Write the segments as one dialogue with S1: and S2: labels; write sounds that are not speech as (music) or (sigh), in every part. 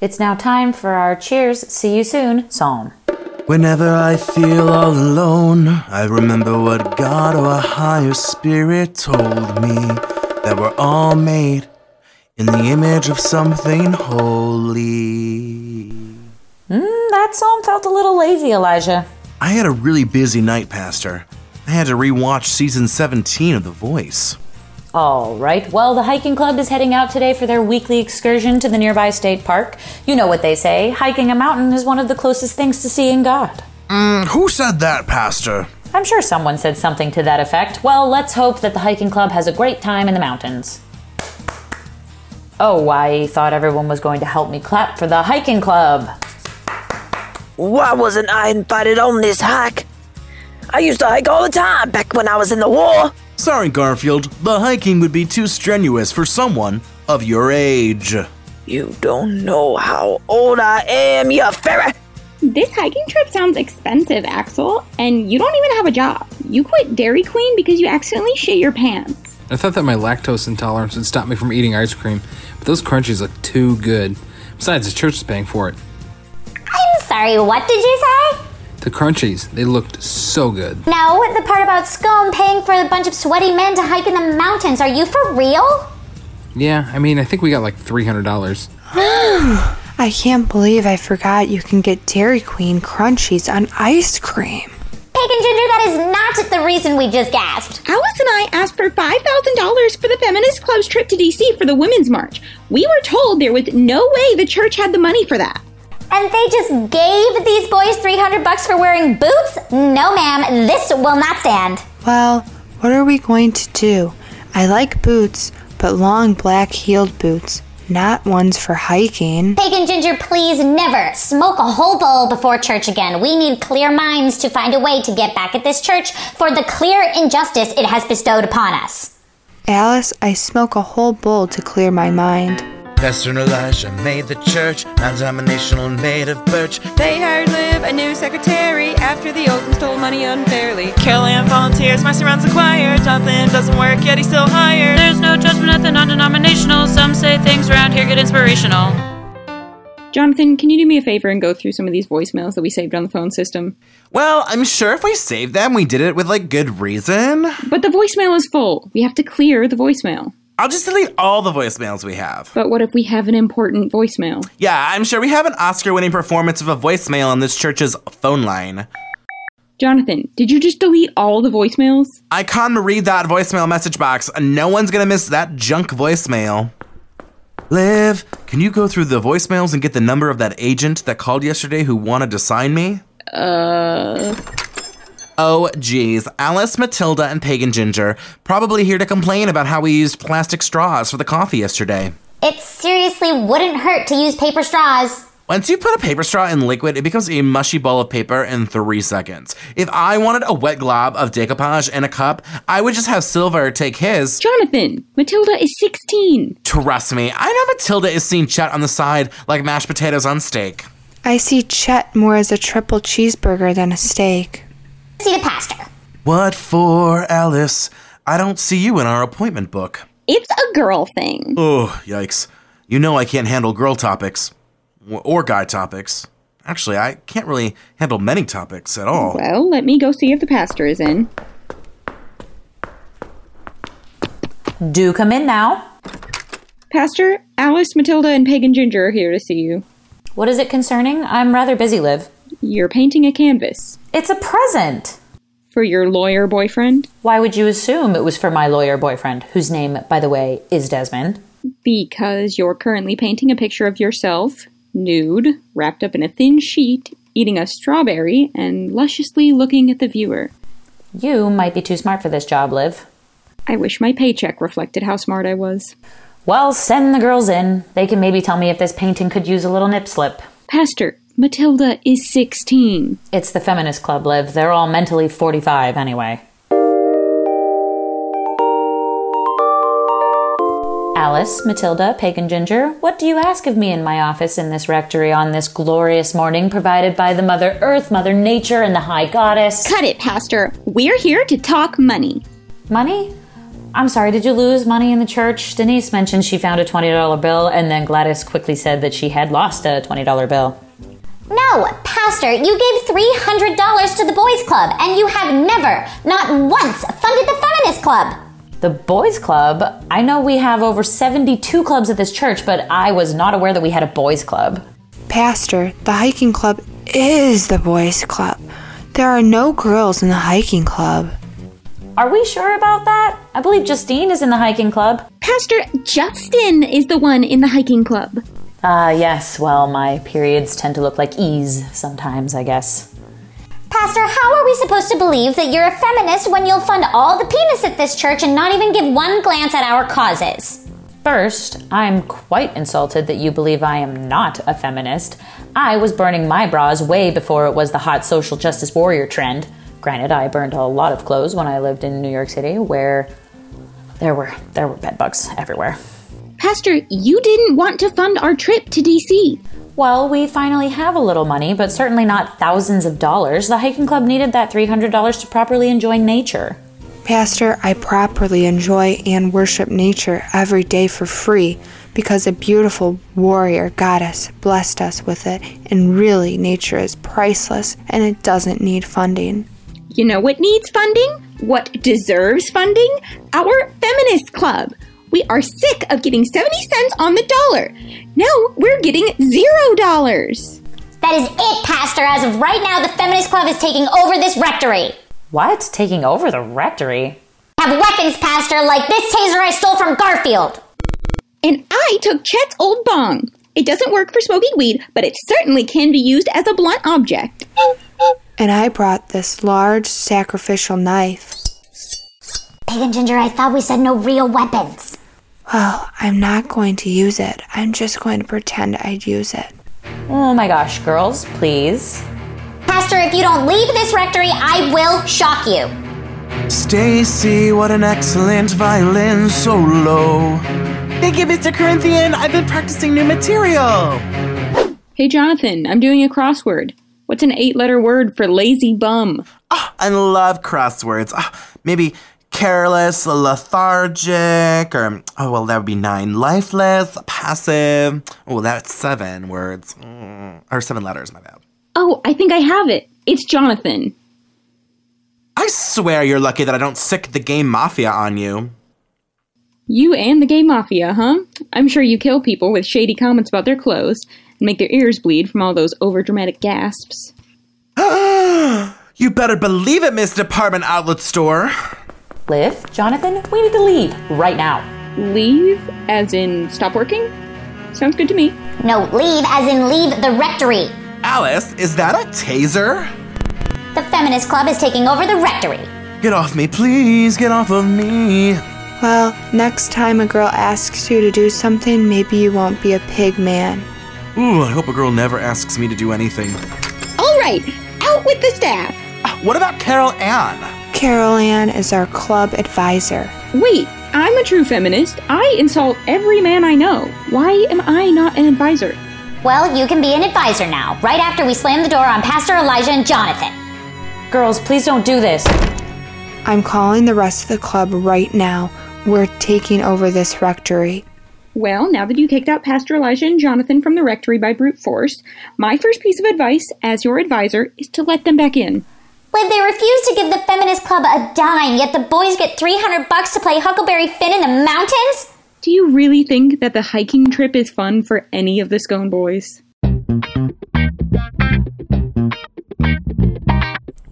S1: It's now time for our cheers, see you soon psalm.
S2: Whenever I feel all alone, I remember what God or a higher spirit told me that we're all made in the image of something holy.
S1: Hmm, That psalm felt a little lazy, Elijah.
S2: I had a really busy night, Pastor. I had to rewatch season 17 of The Voice.
S1: All right. Well, the hiking club is heading out today for their weekly excursion to the nearby state park. You know what they say hiking a mountain is one of the closest things to seeing God.
S3: Hmm.
S2: Who said that, Pastor?
S1: I'm sure someone said something to that effect. Well, let's hope that the hiking club has a great time in the mountains. Oh, I thought everyone was going to help me clap for the hiking club.
S3: Why wasn't I invited on this hike? I used to hike all the time back when I was in the war.
S2: Sorry, Garfield, the hiking would be too strenuous for someone of your age.
S3: You don't know how old I am, you ferret.
S4: This hiking trip sounds expensive, Axel, and you don't even have a job. You quit Dairy Queen because you accidentally shit your pants.
S5: I thought that my lactose intolerance would stop me from eating ice cream, but those crunchies look too good. Besides, the church is paying for it.
S6: I'm sorry, what did you say?
S5: The crunchies, they looked so good.
S6: No, the part about Scone paying for a bunch of sweaty men to hike in the mountains. Are you for real?
S5: Yeah, I mean, I think we got like $300.
S7: (gasps) I can't believe I forgot you can get Dairy Queen crunchies on ice cream.
S6: Pig and Ginger, that is not the reason we just gasped.
S4: Alice and I asked for $5,000 for the Feminist Club's trip to DC for the Women's March. We were told there was no way the church had the money for that.
S6: And they just gave these boys 300 bucks for wearing boots? No, ma'am, this will not stand.
S7: Well, what are we going to do? I like boots, but long black heeled boots, not ones for hiking.
S6: Pig and Ginger, please never smoke a whole bowl before church again. We need clear minds to find a way to get back at this church for the clear injustice it has bestowed upon us.
S7: Alice, I smoke a whole bowl to clear my mind.
S2: Pastor and Elijah made the church, non denominational made of birch.
S8: They hired Liv, a new secretary, after the old one stole money unfairly. Carol Ann volunteers, my surrounds the choir. Jonathan doesn't work, yet he's still hired. There's no judgment at the non denominational. Some say things around here get inspirational.
S4: Jonathan, can you do me a favor and go through some of these voicemails that we saved on the phone system?
S2: Well, I'm sure if we saved them, we did it with like good reason.
S4: But the voicemail is full. We have to clear the voicemail.
S2: I'll just delete all the voicemails we have.
S4: But what if we have an important voicemail?
S2: Yeah, I'm sure we have an Oscar winning performance of a voicemail on this church's phone line.
S4: Jonathan, did you just delete all the voicemails?
S2: I can read that voicemail message box. No one's gonna miss that junk voicemail. Liv, can you go through the voicemails and get the number of that agent that called yesterday who wanted to sign me?
S4: Uh,
S2: Oh, geez. Alice, Matilda, and Pagan Ginger probably here to complain about how we used plastic straws for the coffee yesterday.
S6: It seriously wouldn't hurt to use paper straws.
S2: Once you put a paper straw in liquid, it becomes a mushy ball of paper in three seconds. If I wanted a wet glob of decoupage in a cup, I would just have Silver take his.
S4: Jonathan, Matilda is 16.
S2: Trust me, I know Matilda is seen Chet on the side like mashed potatoes on steak.
S7: I see Chet more as a triple cheeseburger than a steak.
S6: See the pastor.
S2: What for, Alice? I don't see you in our appointment book.
S4: It's a girl thing.
S2: Oh, yikes. You know I can't handle girl topics. W- Or guy topics. Actually, I can't really handle many topics at all.
S4: Well, let me go see if the pastor is in.
S1: Do come in now.
S4: Pastor, Alice, Matilda, and Pagan Ginger are here to see you.
S1: What is it concerning? I'm rather busy, Liv.
S4: You're painting a canvas
S1: It's a present.
S4: for your lawyer boyfriend.
S1: Why would you assume it was for my lawyer boyfriend, whose name, by the way, is Desmond?
S4: Because you're currently painting a picture of yourself, nude, wrapped up in a thin sheet, eating a strawberry, and lusciously looking at the viewer.
S1: You might be too smart for this job, Liv.
S4: I wish my paycheck reflected how smart I was.
S1: Well, send the girls in. They can maybe tell me if this painting could use a little nip slip.
S4: Pastor, Matilda is 16.
S1: It's the feminist club, Liv. They're all mentally 45 anyway. Alice, Matilda, Pagan Ginger, what do you ask of me in my office in this rectory on this glorious morning provided by the Mother Earth, Mother Nature, and the High Goddess?
S4: Cut it, Pastor. We're here to talk money.
S1: Money? I'm sorry, did you lose money in the church? Denise mentioned she found a $20 bill, and then Gladys quickly said that she had lost a $20 bill.
S6: No, Pastor, you gave $300 to the boys' club, and you have never, not once, funded the feminist club.
S1: The boys' club? I know we have over 72 clubs at this church, but I was not aware that we had a boys' club.
S7: Pastor, the hiking club is the boys' club. There are no girls in the hiking club.
S1: Are we sure about that? I believe Justine is in the hiking club.
S4: Pastor Justin is the one in the hiking club.
S1: Ah, yes, well, my periods tend to look like E's sometimes, I guess.
S6: Pastor, how are we supposed to believe that you're a feminist when you'll fund all the penis at this church and not even give one glance at our causes?
S1: First, I'm quite insulted that you believe I am not a feminist. I was burning my bras way before it was the hot social justice warrior trend. Granted, I burned a lot of clothes when I lived in New York City, where there were there were bed bugs everywhere.
S4: Pastor, you didn't want to fund our trip to DC.
S1: Well, we finally have a little money, but certainly not thousands of dollars. The hiking club needed that $300 to properly enjoy nature.
S7: Pastor, I properly enjoy and worship nature every day for free because a beautiful warrior goddess blessed us with it, and really, nature is priceless and it doesn't need funding.
S4: You know what needs funding? What deserves funding? Our feminist club. We are sick of getting 70 cents on the dollar. Now we're getting zero dollars.
S6: That is it, Pastor. As of right now, the feminist club is taking over this rectory.
S1: What? Taking over the rectory?
S6: Have weapons, Pastor, like this taser I stole from Garfield.
S4: And I took Chet's old bong. It doesn't work for smoking weed, but it certainly can be used as a blunt object.
S7: And I brought this large sacrificial knife.
S6: Pig and Ginger, I thought we said no real weapons.
S7: Well, I'm not going to use it. I'm just going to pretend I'd use it.
S1: Oh my gosh, girls, please.
S6: Pastor, if you don't leave this rectory, I will shock you.
S2: Stacy, what an excellent violin solo. Thank you, Mr. Corinthian. I've been practicing new material.
S4: Hey, Jonathan, I'm doing a crossword. What's an eight letter word for lazy bum?
S2: I love crosswords. Ah, maybe careless, lethargic, or, oh, well, that would be nine. Lifeless, passive. Oh, that's seven words. Mm, or seven letters, my bad.
S4: Oh, I think I have it. It's Jonathan.
S2: I swear you're lucky that I don't sick the game mafia on you. (gasps)
S4: You and the gay mafia, huh? I'm sure you kill people with shady comments about their clothes and make their ears bleed from all those overdramatic gasps.
S2: You better believe it, Miss Department Outlet Store.
S1: Liv, Jonathan, we need to leave right now.
S4: Leave, as in stop working? Sounds good to me.
S6: No, leave as in leave the rectory.
S2: Alice, is that a taser?
S6: The feminist club is taking over the rectory.
S2: Get off me, please. Get off of me.
S7: Well, next time a girl asks you to do something, maybe you won't be a pig man.
S2: Ooh, I hope a girl never asks me to do anything.
S4: All right, out with the staff.
S2: Ah, What about Carol Ann?
S7: Carol Ann is our club advisor.
S4: Wait, I'm a true feminist. I insult every man I know. Why am I not an advisor?
S6: Well, you can be an advisor now, right after we slam the door on Pastor Elijah and Jonathan.
S1: Girls, please don't do this.
S7: I'm calling the rest of the club right now. We're taking over this rectory.
S4: Well, now that you kicked out Pastor Elijah and Jonathan from the rectory by brute force, my first piece of advice as your advisor is to let them back in.
S6: When they refuse to give the feminist club a dime, yet the boys get 300 bucks to play Huckleberry Finn in the mountains?
S4: Do you really think that the hiking trip is fun for any of the Scone boys?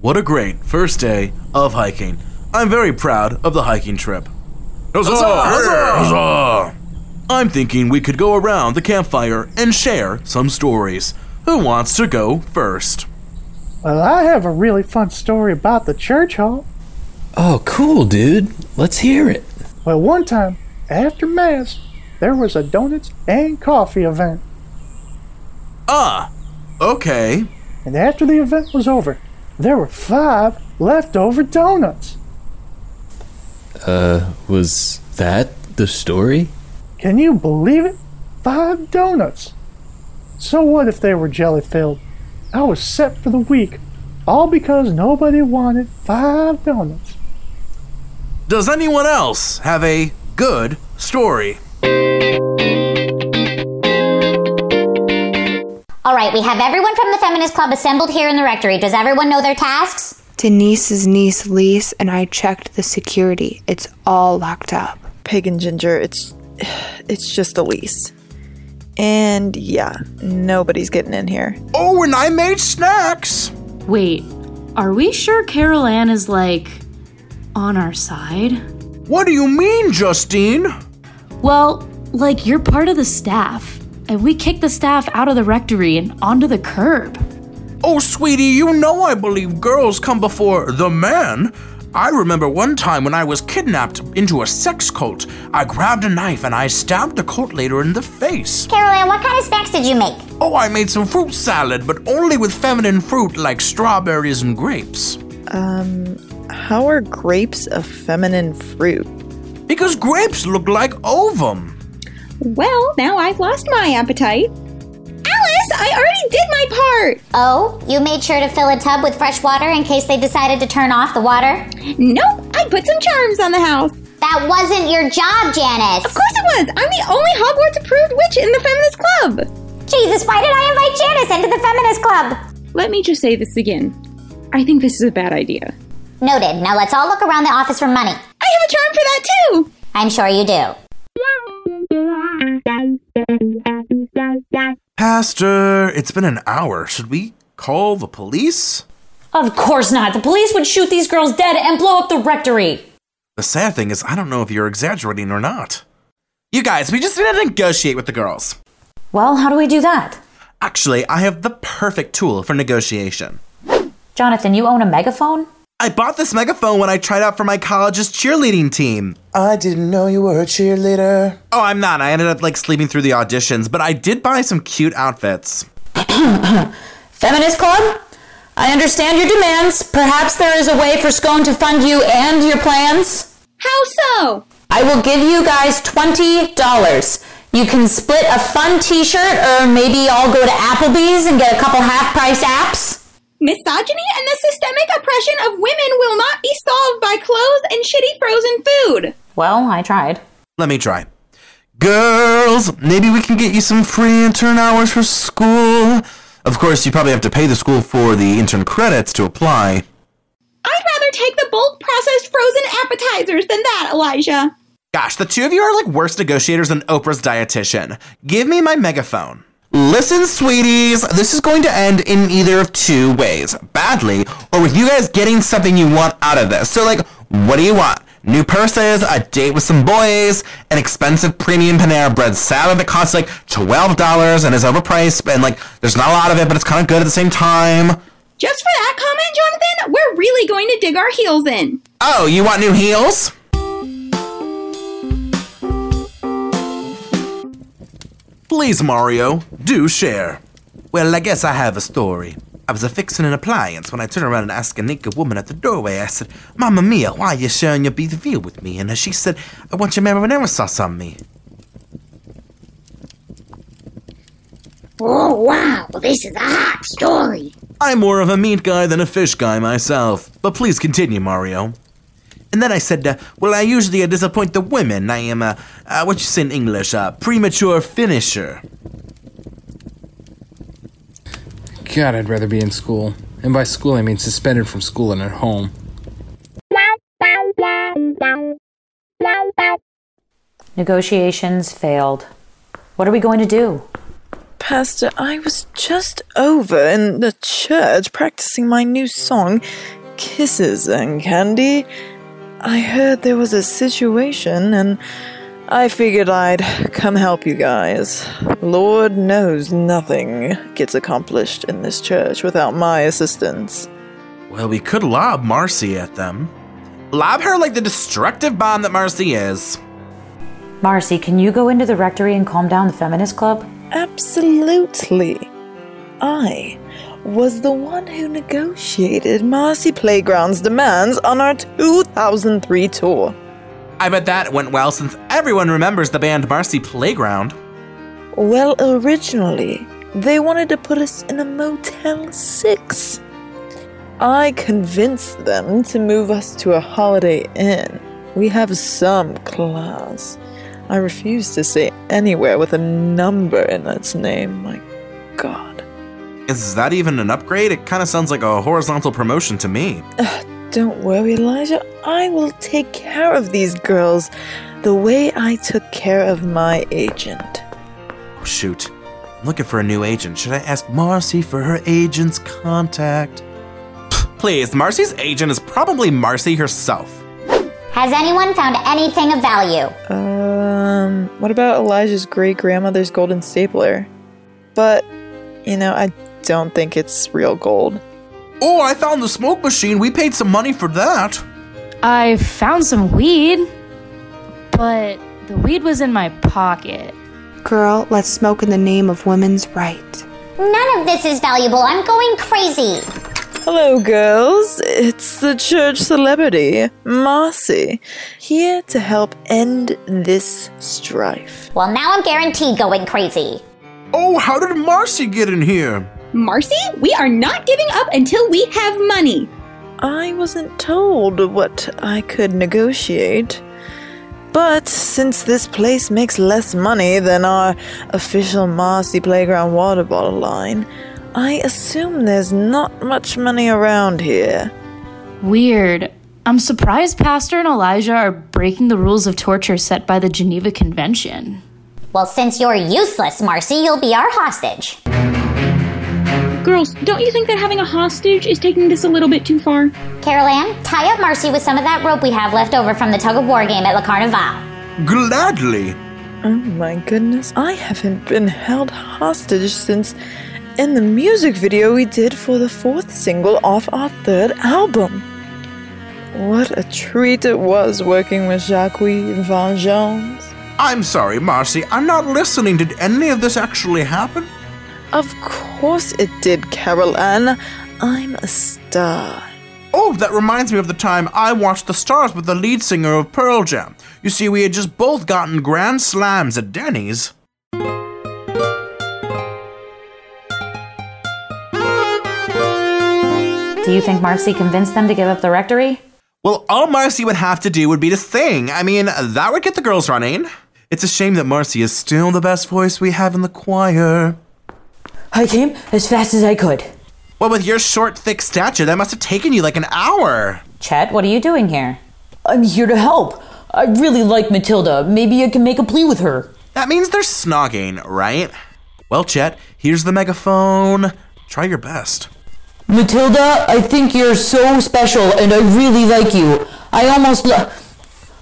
S2: What a great first day of hiking. I'm very proud of the hiking trip. Huzzah! Huzzah! I'm thinking we could go around the campfire and share some stories. Who wants to go first?
S9: Well, I have a really fun story about the church hall.
S10: Oh, cool, dude. Let's hear it.
S9: Well, one time, after Mass, there was a donuts and coffee event.
S2: Ah, okay.
S9: And after the event was over, there were five leftover donuts.
S10: Uh, was that the story?
S9: Can you believe it? Five donuts. So what if they were jelly filled? I was set for the week, all because nobody wanted five donuts.
S2: Does anyone else have a good story?
S6: All right, we have everyone from the Feminist Club assembled here in the rectory. Does everyone know their tasks?
S7: Denise's niece, Lise, and I checked the security. It's all locked up.
S11: Pig and Ginger, it's it's just a lease. And yeah, nobody's getting in here.
S2: Oh, and I made snacks.
S12: Wait, are we sure Carol Ann is like on our side?
S2: What do you mean, Justine?
S12: Well, like you're part of the staff, and we kicked the staff out of the rectory and onto the curb.
S2: Oh, sweetie, you know I believe girls come before the man. I remember one time when I was kidnapped into a sex cult. I grabbed a knife and I stabbed the cult leader in the face.
S6: Carol Ann, what kind of snacks did you make?
S2: Oh, I made some fruit salad, but only with feminine fruit like strawberries and grapes.
S11: Um, how are grapes a feminine fruit?
S2: Because grapes look like ovum.
S4: Well, now I've lost my appetite. Alice, I already did my part!
S6: Oh, you made sure to fill a tub with fresh water in case they decided to turn off the water?
S4: Nope, I put some charms on the house.
S6: That wasn't your job, Janice.
S4: Of course it was! I'm the only Hogwarts approved witch in the Feminist Club!
S6: Jesus, why did I invite Janice into the Feminist Club?
S4: Let me just say this again. I think this is a bad idea.
S6: Noted. Now let's all look around the office for money.
S4: I have a charm for that too!
S6: I'm sure you do.
S2: Pastor, it's been an hour. Should we call the police?
S1: Of course not. The police would shoot these girls dead and blow up the rectory.
S2: The sad thing is, I don't know if you're exaggerating or not. You guys, we just need to negotiate with the girls.
S1: Well, how do we do that?
S2: Actually, I have the perfect tool for negotiation.
S1: Jonathan, you own a megaphone?
S2: I bought this megaphone when I tried out for my college's cheerleading team.
S13: I didn't know you were a cheerleader.
S2: Oh, I'm not. I ended up like sleeping through the auditions, but I did buy some cute outfits.
S1: (coughs) Feminist Club? I understand your demands. Perhaps there is a way for Scone to fund you and your plans.
S4: How so?
S1: I will give you guys $20. You can split a fun t shirt, or maybe all go to Applebee's and get a couple half price apps.
S4: Misogyny and the systemic oppression of women will not be solved by clothes and shitty frozen food.
S1: Well, I tried.
S2: Let me try. Girls, maybe we can get you some free intern hours for school. Of course, you probably have to pay the school for the intern credits to apply.
S4: I'd rather take the bulk processed frozen appetizers than that, Elijah.
S2: Gosh, the two of you are like worse negotiators than Oprah's dietitian. Give me my megaphone. Listen, sweeties, this is going to end in either of two ways badly, or with you guys getting something you want out of this. So, like, what do you want? New purses, a date with some boys, an expensive premium Panera bread salad that costs like $12 and is overpriced, and like, there's not a lot of it, but it's kind of good at the same time.
S4: Just for that comment, Jonathan, we're really going to dig our heels in.
S2: Oh, you want new heels? Please, Mario, do share. Well, I guess I have a story. I was a fixing an appliance when I turned around and asked a naked woman at the doorway. I said, Mamma mia, why are you sharing your beef veal with me? And she said, I want your marinara sauce on me.
S14: Oh, wow, this is a hot story.
S2: I'm more of a meat guy than a fish guy myself, but please continue, Mario. And then I said, uh, well, I usually uh, disappoint the women. I am a, uh, what you say in English, a premature finisher.
S5: God, I'd rather be in school. And by school, I mean suspended from school and at home.
S1: Negotiations failed. What are we going to do?
S11: Pastor, I was just over in the church practicing my new song, Kisses and Candy. I heard there was a situation and I figured I'd come help you guys. Lord knows nothing gets accomplished in this church without my assistance.
S2: Well, we could lob Marcy at them. Lob her like the destructive bomb that Marcy is.
S1: Marcy, can you go into the rectory and calm down the feminist club?
S11: Absolutely. I was the one who negotiated Marcy Playground's demands on our 2003 tour.
S2: I bet that went well since everyone remembers the band Marcy Playground.
S11: Well, originally, they wanted to put us in a Motel 6. I convinced them to move us to a Holiday Inn. We have some class. I refuse to say anywhere with a number in its name. My God.
S2: Is that even an upgrade? It kind of sounds like a horizontal promotion to me.
S11: Don't worry, Elijah. I will take care of these girls the way I took care of my agent.
S2: Oh, shoot. I'm looking for a new agent. Should I ask Marcy for her agent's contact? Please, Marcy's agent is probably Marcy herself.
S6: Has anyone found anything of value?
S11: Um, what about Elijah's great grandmother's golden stapler? But, you know, I don't think it's real gold.
S2: Oh, I found the smoke machine. We paid some money for that.
S12: I found some weed, but the weed was in my pocket.
S7: Girl, let's smoke in the name of women's right.
S6: None of this is valuable. I'm going crazy.
S11: Hello, girls. It's the church celebrity, Marcy, here to help end this strife.
S6: Well, now I'm guaranteed going crazy.
S2: Oh, how did Marcy get in here?
S4: Marcy, we are not giving up until we have money.
S11: I wasn't told what I could negotiate. But since this place makes less money than our official Marcy Playground water bottle line, I assume there's not much money around here.
S12: Weird. I'm surprised Pastor and Elijah are breaking the rules of torture set by the Geneva Convention.
S6: Well, since you're useless, Marcy, you'll be our hostage.
S4: Girls, don't you think that having a hostage is taking this a little bit too far?
S6: Carol Ann, tie up Marcy with some of that rope we have left over from the tug of war game at La Carnival.
S2: Gladly.
S11: Oh my goodness, I haven't been held hostage since in the music video we did for the fourth single off our third album. What a treat it was working with Jacques Van Jones.
S2: I'm sorry, Marcy. I'm not listening. Did any of this actually happen?
S11: Of course it did, Carol Ann. I'm a star.
S2: Oh, that reminds me of the time I watched The Stars with the lead singer of Pearl Jam. You see, we had just both gotten grand slams at Denny's.
S1: Do you think Marcy convinced them to give up the rectory?
S2: Well, all Marcy would have to do would be to sing. I mean, that would get the girls running. It's a shame that Marcy is still the best voice we have in the choir.
S15: I came as fast as I could.
S2: Well, with your short, thick stature, that must have taken you like an hour.
S1: Chet, what are you doing here?
S15: I'm here to help. I really like Matilda. Maybe I can make a plea with her.
S2: That means they're snogging, right? Well, Chet, here's the megaphone. Try your best.
S15: Matilda, I think you're so special and I really like you. I almost lo-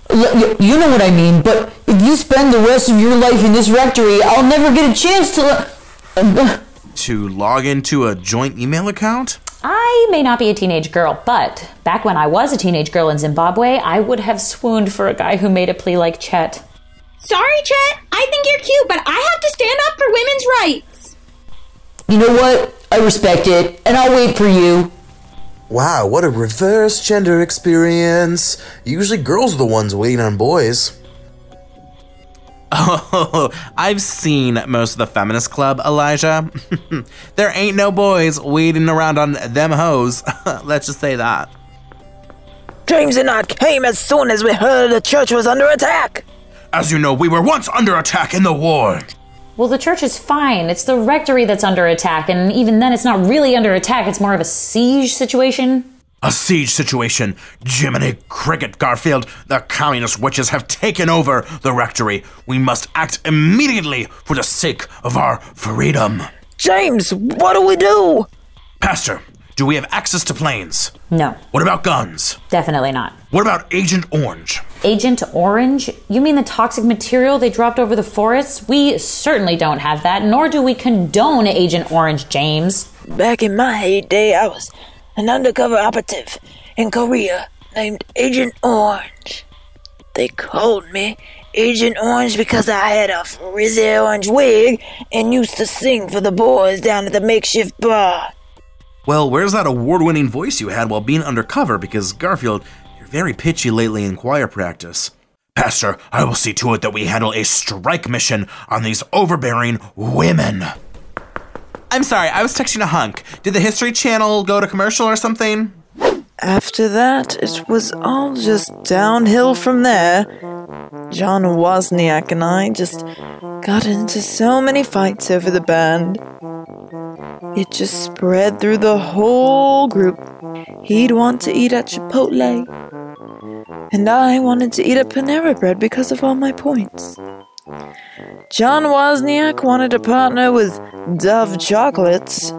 S15: lo- y- you know what I mean, but if you spend the rest of your life in this rectory, I'll never get a chance to lo-
S2: To log into a joint email account?
S1: I may not be a teenage girl, but back when I was a teenage girl in Zimbabwe, I would have swooned for a guy who made a plea like Chet.
S4: Sorry, Chet, I think you're cute, but I have to stand up for women's rights.
S15: You know what? I respect it and I'll wait for you.
S13: Wow, what a reverse gender experience. Usually girls are the ones waiting on boys.
S2: (laughs) Oh, I've seen most of the feminist club, Elijah. (laughs) there ain't no boys waiting around on them hoes. (laughs) Let's just say that.
S3: James and I came as soon as we heard the church was under attack.
S2: As you know, we were once under attack in the war.
S1: Well, the church is fine. It's the rectory that's under attack, and even then, it's not really under attack. It's more of a siege situation.
S2: A siege situation. Jiminy Cricket, Garfield. The communist witches have taken over the rectory. We must act immediately for the sake of our freedom.
S3: James, what do we do?
S2: Pastor, do we have access to planes?
S1: No,
S2: What about guns?
S1: definitely not.
S2: What about Agent Orange?
S1: Agent Orange? You mean the toxic material they dropped over the forests? We certainly don't have that, nor do we condone Agent Orange, James.
S3: Back in my heyday, I was an undercover operative in Korea named Agent Orange. They called me Agent Orange because I had a frizzy orange wig and used to sing for the boys down at the makeshift bar.
S2: Well, where's that award winning voice you had while being undercover? Because, Garfield, you're very pitchy lately in choir practice. Pastor, I will see to it that we handle a strike mission on these overbearing women. I'm sorry, I was texting a hunk. Did the History Channel go to commercial or something?
S11: After that, it was all just downhill from there. John Wozniak and I just got into so many fights over the band. It just spread through the whole group. He'd want to eat at Chipotle, and I wanted to eat at Panera Bread because of all my points. John Wozniak wanted to partner with Dove Chocolates.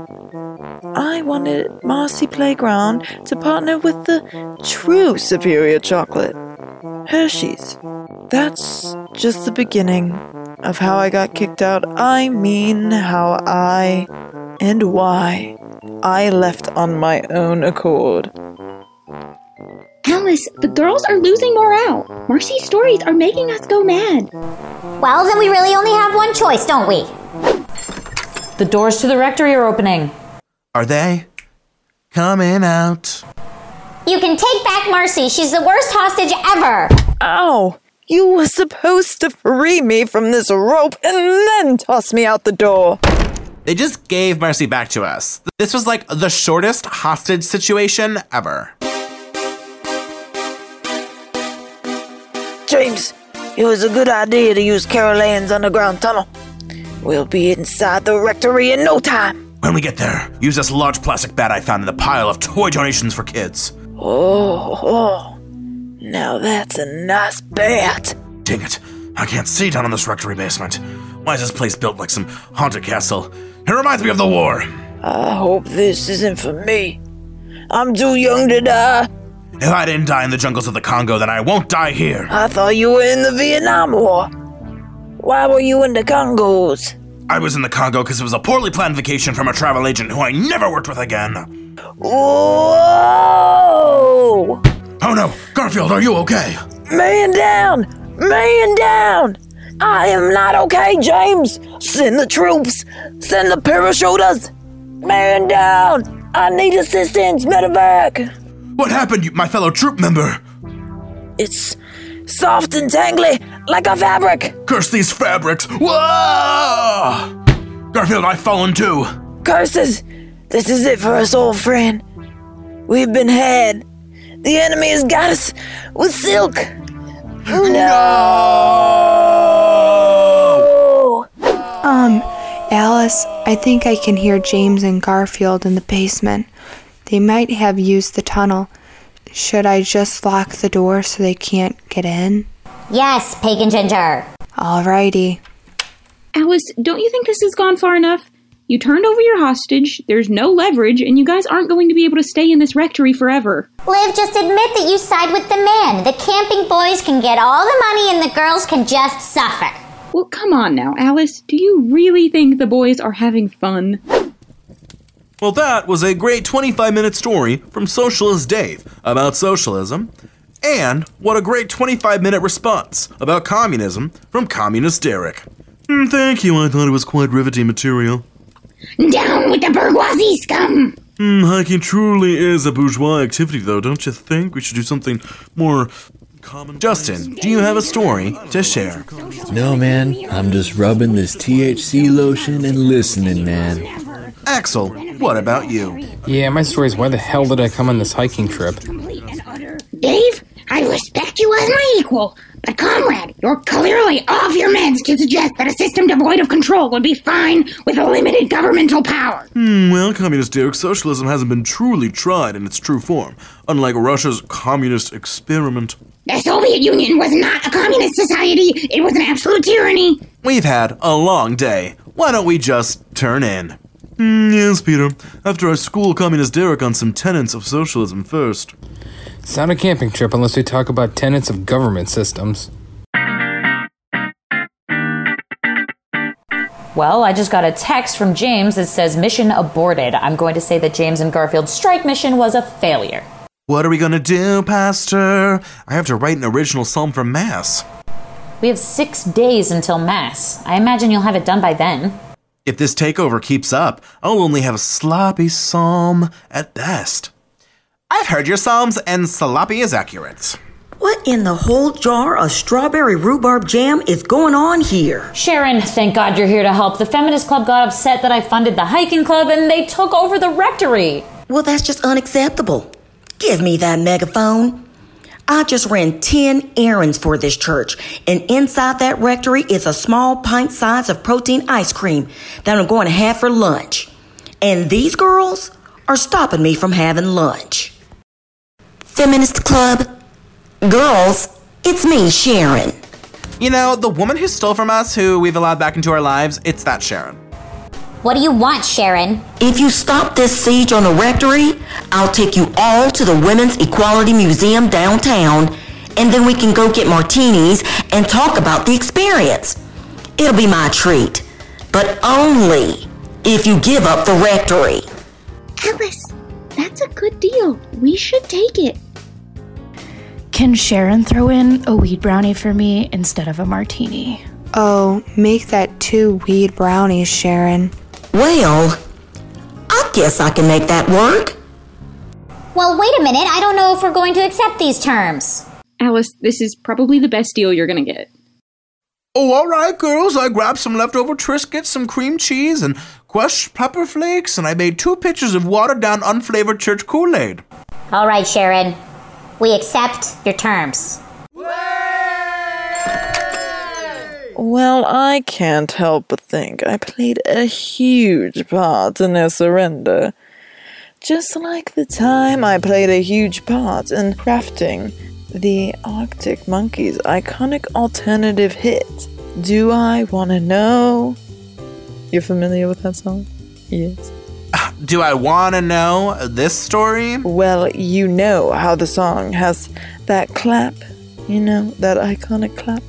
S11: I wanted Marcy Playground to partner with the true superior chocolate, Hershey's. That's just the beginning of how I got kicked out. I mean, how I and why I left on my own accord.
S4: Alice, the girls are losing morale. Marcy's stories are making us go mad.
S6: Well, then we really only have one choice, don't we?
S1: The doors to the rectory are opening.
S2: Are they coming out?
S6: You can take back Marcy. She's the worst hostage ever.
S11: Ow! You were supposed to free me from this rope and then toss me out the door.
S13: They just gave Marcy back to us. This was like the shortest hostage situation ever.
S3: James, it was a good idea to use Carol Anne's underground tunnel. We'll be inside the rectory in no time.
S13: When we get there, use this large plastic bat I found in the pile of toy donations for kids.
S3: Oh, oh. now that's a nice bat.
S13: Dang it. I can't see down in this rectory basement. Why is this place built like some haunted castle? It reminds me of the war.
S3: I hope this isn't for me. I'm too young to die.
S13: If I didn't die in the jungles of the Congo, then I won't die here.
S3: I thought you were in the Vietnam War. Why were you in the Congos?
S13: I was in the Congo because it was a poorly planned vacation from a travel agent who I never worked with again.
S3: Whoa!
S13: Oh no, Garfield, are you okay?
S3: Man down! Man down! I am not okay, James! Send the troops! Send the parachuters! Man down! I need assistance, medevac!
S13: What happened, you, my fellow troop member?
S3: It's soft and tangly, like a fabric!
S13: Curse these fabrics! Whoa! Garfield, I've fallen too.
S3: Curses! This is it for us, old friend. We've been had. The enemy has got us with silk! No!
S7: Um, Alice, I think I can hear James and Garfield in the basement. They might have used the tunnel. Should I just lock the door so they can't get in?
S6: Yes, Pagan Ginger.
S7: Alrighty.
S4: Alice, don't you think this has gone far enough? You turned over your hostage, there's no leverage, and you guys aren't going to be able to stay in this rectory forever.
S6: Liv, just admit that you side with the men. The camping boys can get all the money and the girls can just suffer.
S4: Well, come on now, Alice. Do you really think the boys are having fun?
S2: Well, that was a great 25 minute story from Socialist Dave about socialism, and what a great 25 minute response about communism from Communist Derek. Mm, Thank you, I thought it was quite riveting material.
S14: Down with the bourgeoisie scum!
S2: Mm, hiking truly is a bourgeois activity, though, don't you think? We should do something more common. Justin, do you have a story to share?
S10: No, man. I'm just rubbing this THC lotion and listening, man.
S2: Axel, what about you?
S5: Yeah, my story is why the hell did I come on this hiking trip?
S14: Dave, I respect you as my equal, but comrade, you're clearly off your meds to suggest that a system devoid of control would be fine with a limited governmental power.
S2: Hmm, well, communist Derek, socialism hasn't been truly tried in its true form, unlike Russia's communist experiment.
S14: The Soviet Union was not a communist society, it was an absolute tyranny.
S2: We've had a long day. Why don't we just turn in? Mm, yes, Peter. After I school Communist Derek on some tenets of socialism first.
S5: It's not a camping trip unless we talk about tenets of government systems.
S1: Well, I just got a text from James that says mission aborted. I'm going to say that James and Garfield's strike mission was a failure.
S2: What are we gonna do, Pastor? I have to write an original psalm for Mass.
S1: We have six days until Mass. I imagine you'll have it done by then.
S2: If this takeover keeps up, I'll only have a sloppy psalm at best. I've heard your psalms, and sloppy is accurate.
S16: What in the whole jar of strawberry rhubarb jam is going on here?
S1: Sharon, thank God you're here to help. The Feminist Club got upset that I funded the hiking club and they took over the rectory.
S16: Well, that's just unacceptable. Give me that megaphone. I just ran 10 errands for this church, and inside that rectory is a small pint size of protein ice cream that I'm going to have for lunch. And these girls are stopping me from having lunch. Feminist Club, girls, it's me, Sharon.
S13: You know, the woman who stole from us, who we've allowed back into our lives, it's that Sharon.
S6: What do you want, Sharon?
S16: If you stop this siege on the rectory, I'll take you all to the Women's Equality Museum downtown, and then we can go get martinis and talk about the experience. It'll be my treat, but only if you give up the rectory.
S4: Alice, that's a good deal. We should take it.
S12: Can Sharon throw in a weed brownie for me instead of a martini?
S7: Oh, make that two weed brownies, Sharon.
S16: Well, I guess I can make that work.
S6: Well, wait a minute. I don't know if we're going to accept these terms.
S4: Alice, this is probably the best deal you're going to get.
S2: Oh, all right, girls. I grabbed some leftover Triscuits, some cream cheese, and crushed pepper flakes, and I made two pitchers of watered down, unflavored church Kool Aid.
S6: All right, Sharon. We accept your terms.
S11: Well, I can't help but think I played a huge part in their surrender. Just like the time I played a huge part in crafting the Arctic Monkeys' iconic alternative hit. Do I Wanna Know? You're familiar with that song? Yes.
S13: Do I want to know this story?
S11: Well, you know how the song has that clap, you know, that iconic clap.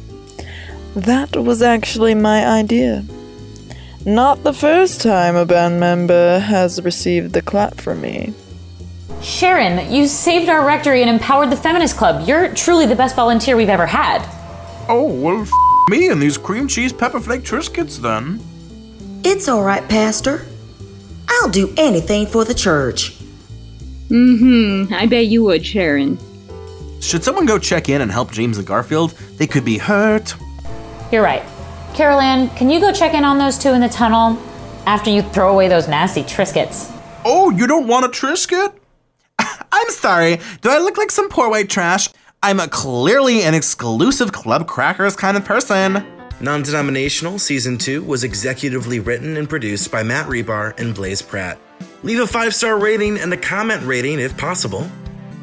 S11: That was actually my idea. Not the first time a band member has received the clap from me.
S1: Sharon, you saved our rectory and empowered the feminist club. You're truly the best volunteer we've ever had.
S2: Oh, well, f- me and these cream cheese pepper flake Triscuits then.
S16: It's all right, Pastor. I'll do anything for the church. Mm-hmm.
S4: Mm hmm. I bet you would, Sharon.
S13: Should someone go check in and help James and Garfield? They could be hurt.
S1: You're right. Carol Ann, can you go check in on those two in the tunnel after you throw away those nasty Triscuits?
S13: Oh, you don't want a Triscuit? (laughs) I'm sorry. Do I look like some poor white trash? I'm a clearly an exclusive club crackers kind of person.
S2: Non denominational season two was executively written and produced by Matt Rebar and Blaze Pratt. Leave a five star rating and a comment rating if possible.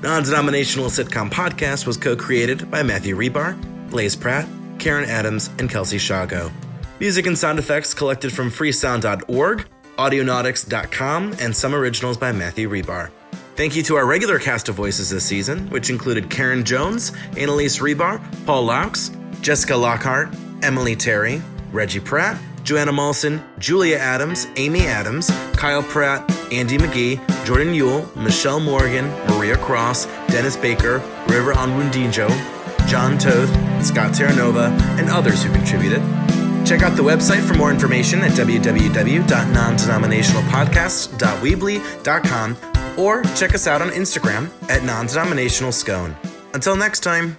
S2: Non denominational sitcom podcast was co created by Matthew Rebar, Blaze Pratt, Karen Adams, and Kelsey Shago. Music and sound effects collected from freesound.org, audionautics.com, and some originals by Matthew Rebar. Thank you to our regular cast of voices this season, which included Karen Jones, Annalise Rebar, Paul Laux, Jessica Lockhart, Emily Terry, Reggie Pratt, Joanna Molson, Julia Adams, Amy Adams, Kyle Pratt, Andy McGee, Jordan Yule, Michelle Morgan, Maria Cross, Dennis Baker, River Anwundinjo, John Toth, Scott Terranova, and others who contributed. Check out the website for more information at www.nondenominationalpodcast.weebly.com or check us out on Instagram at nondenominationalscone. Until next time.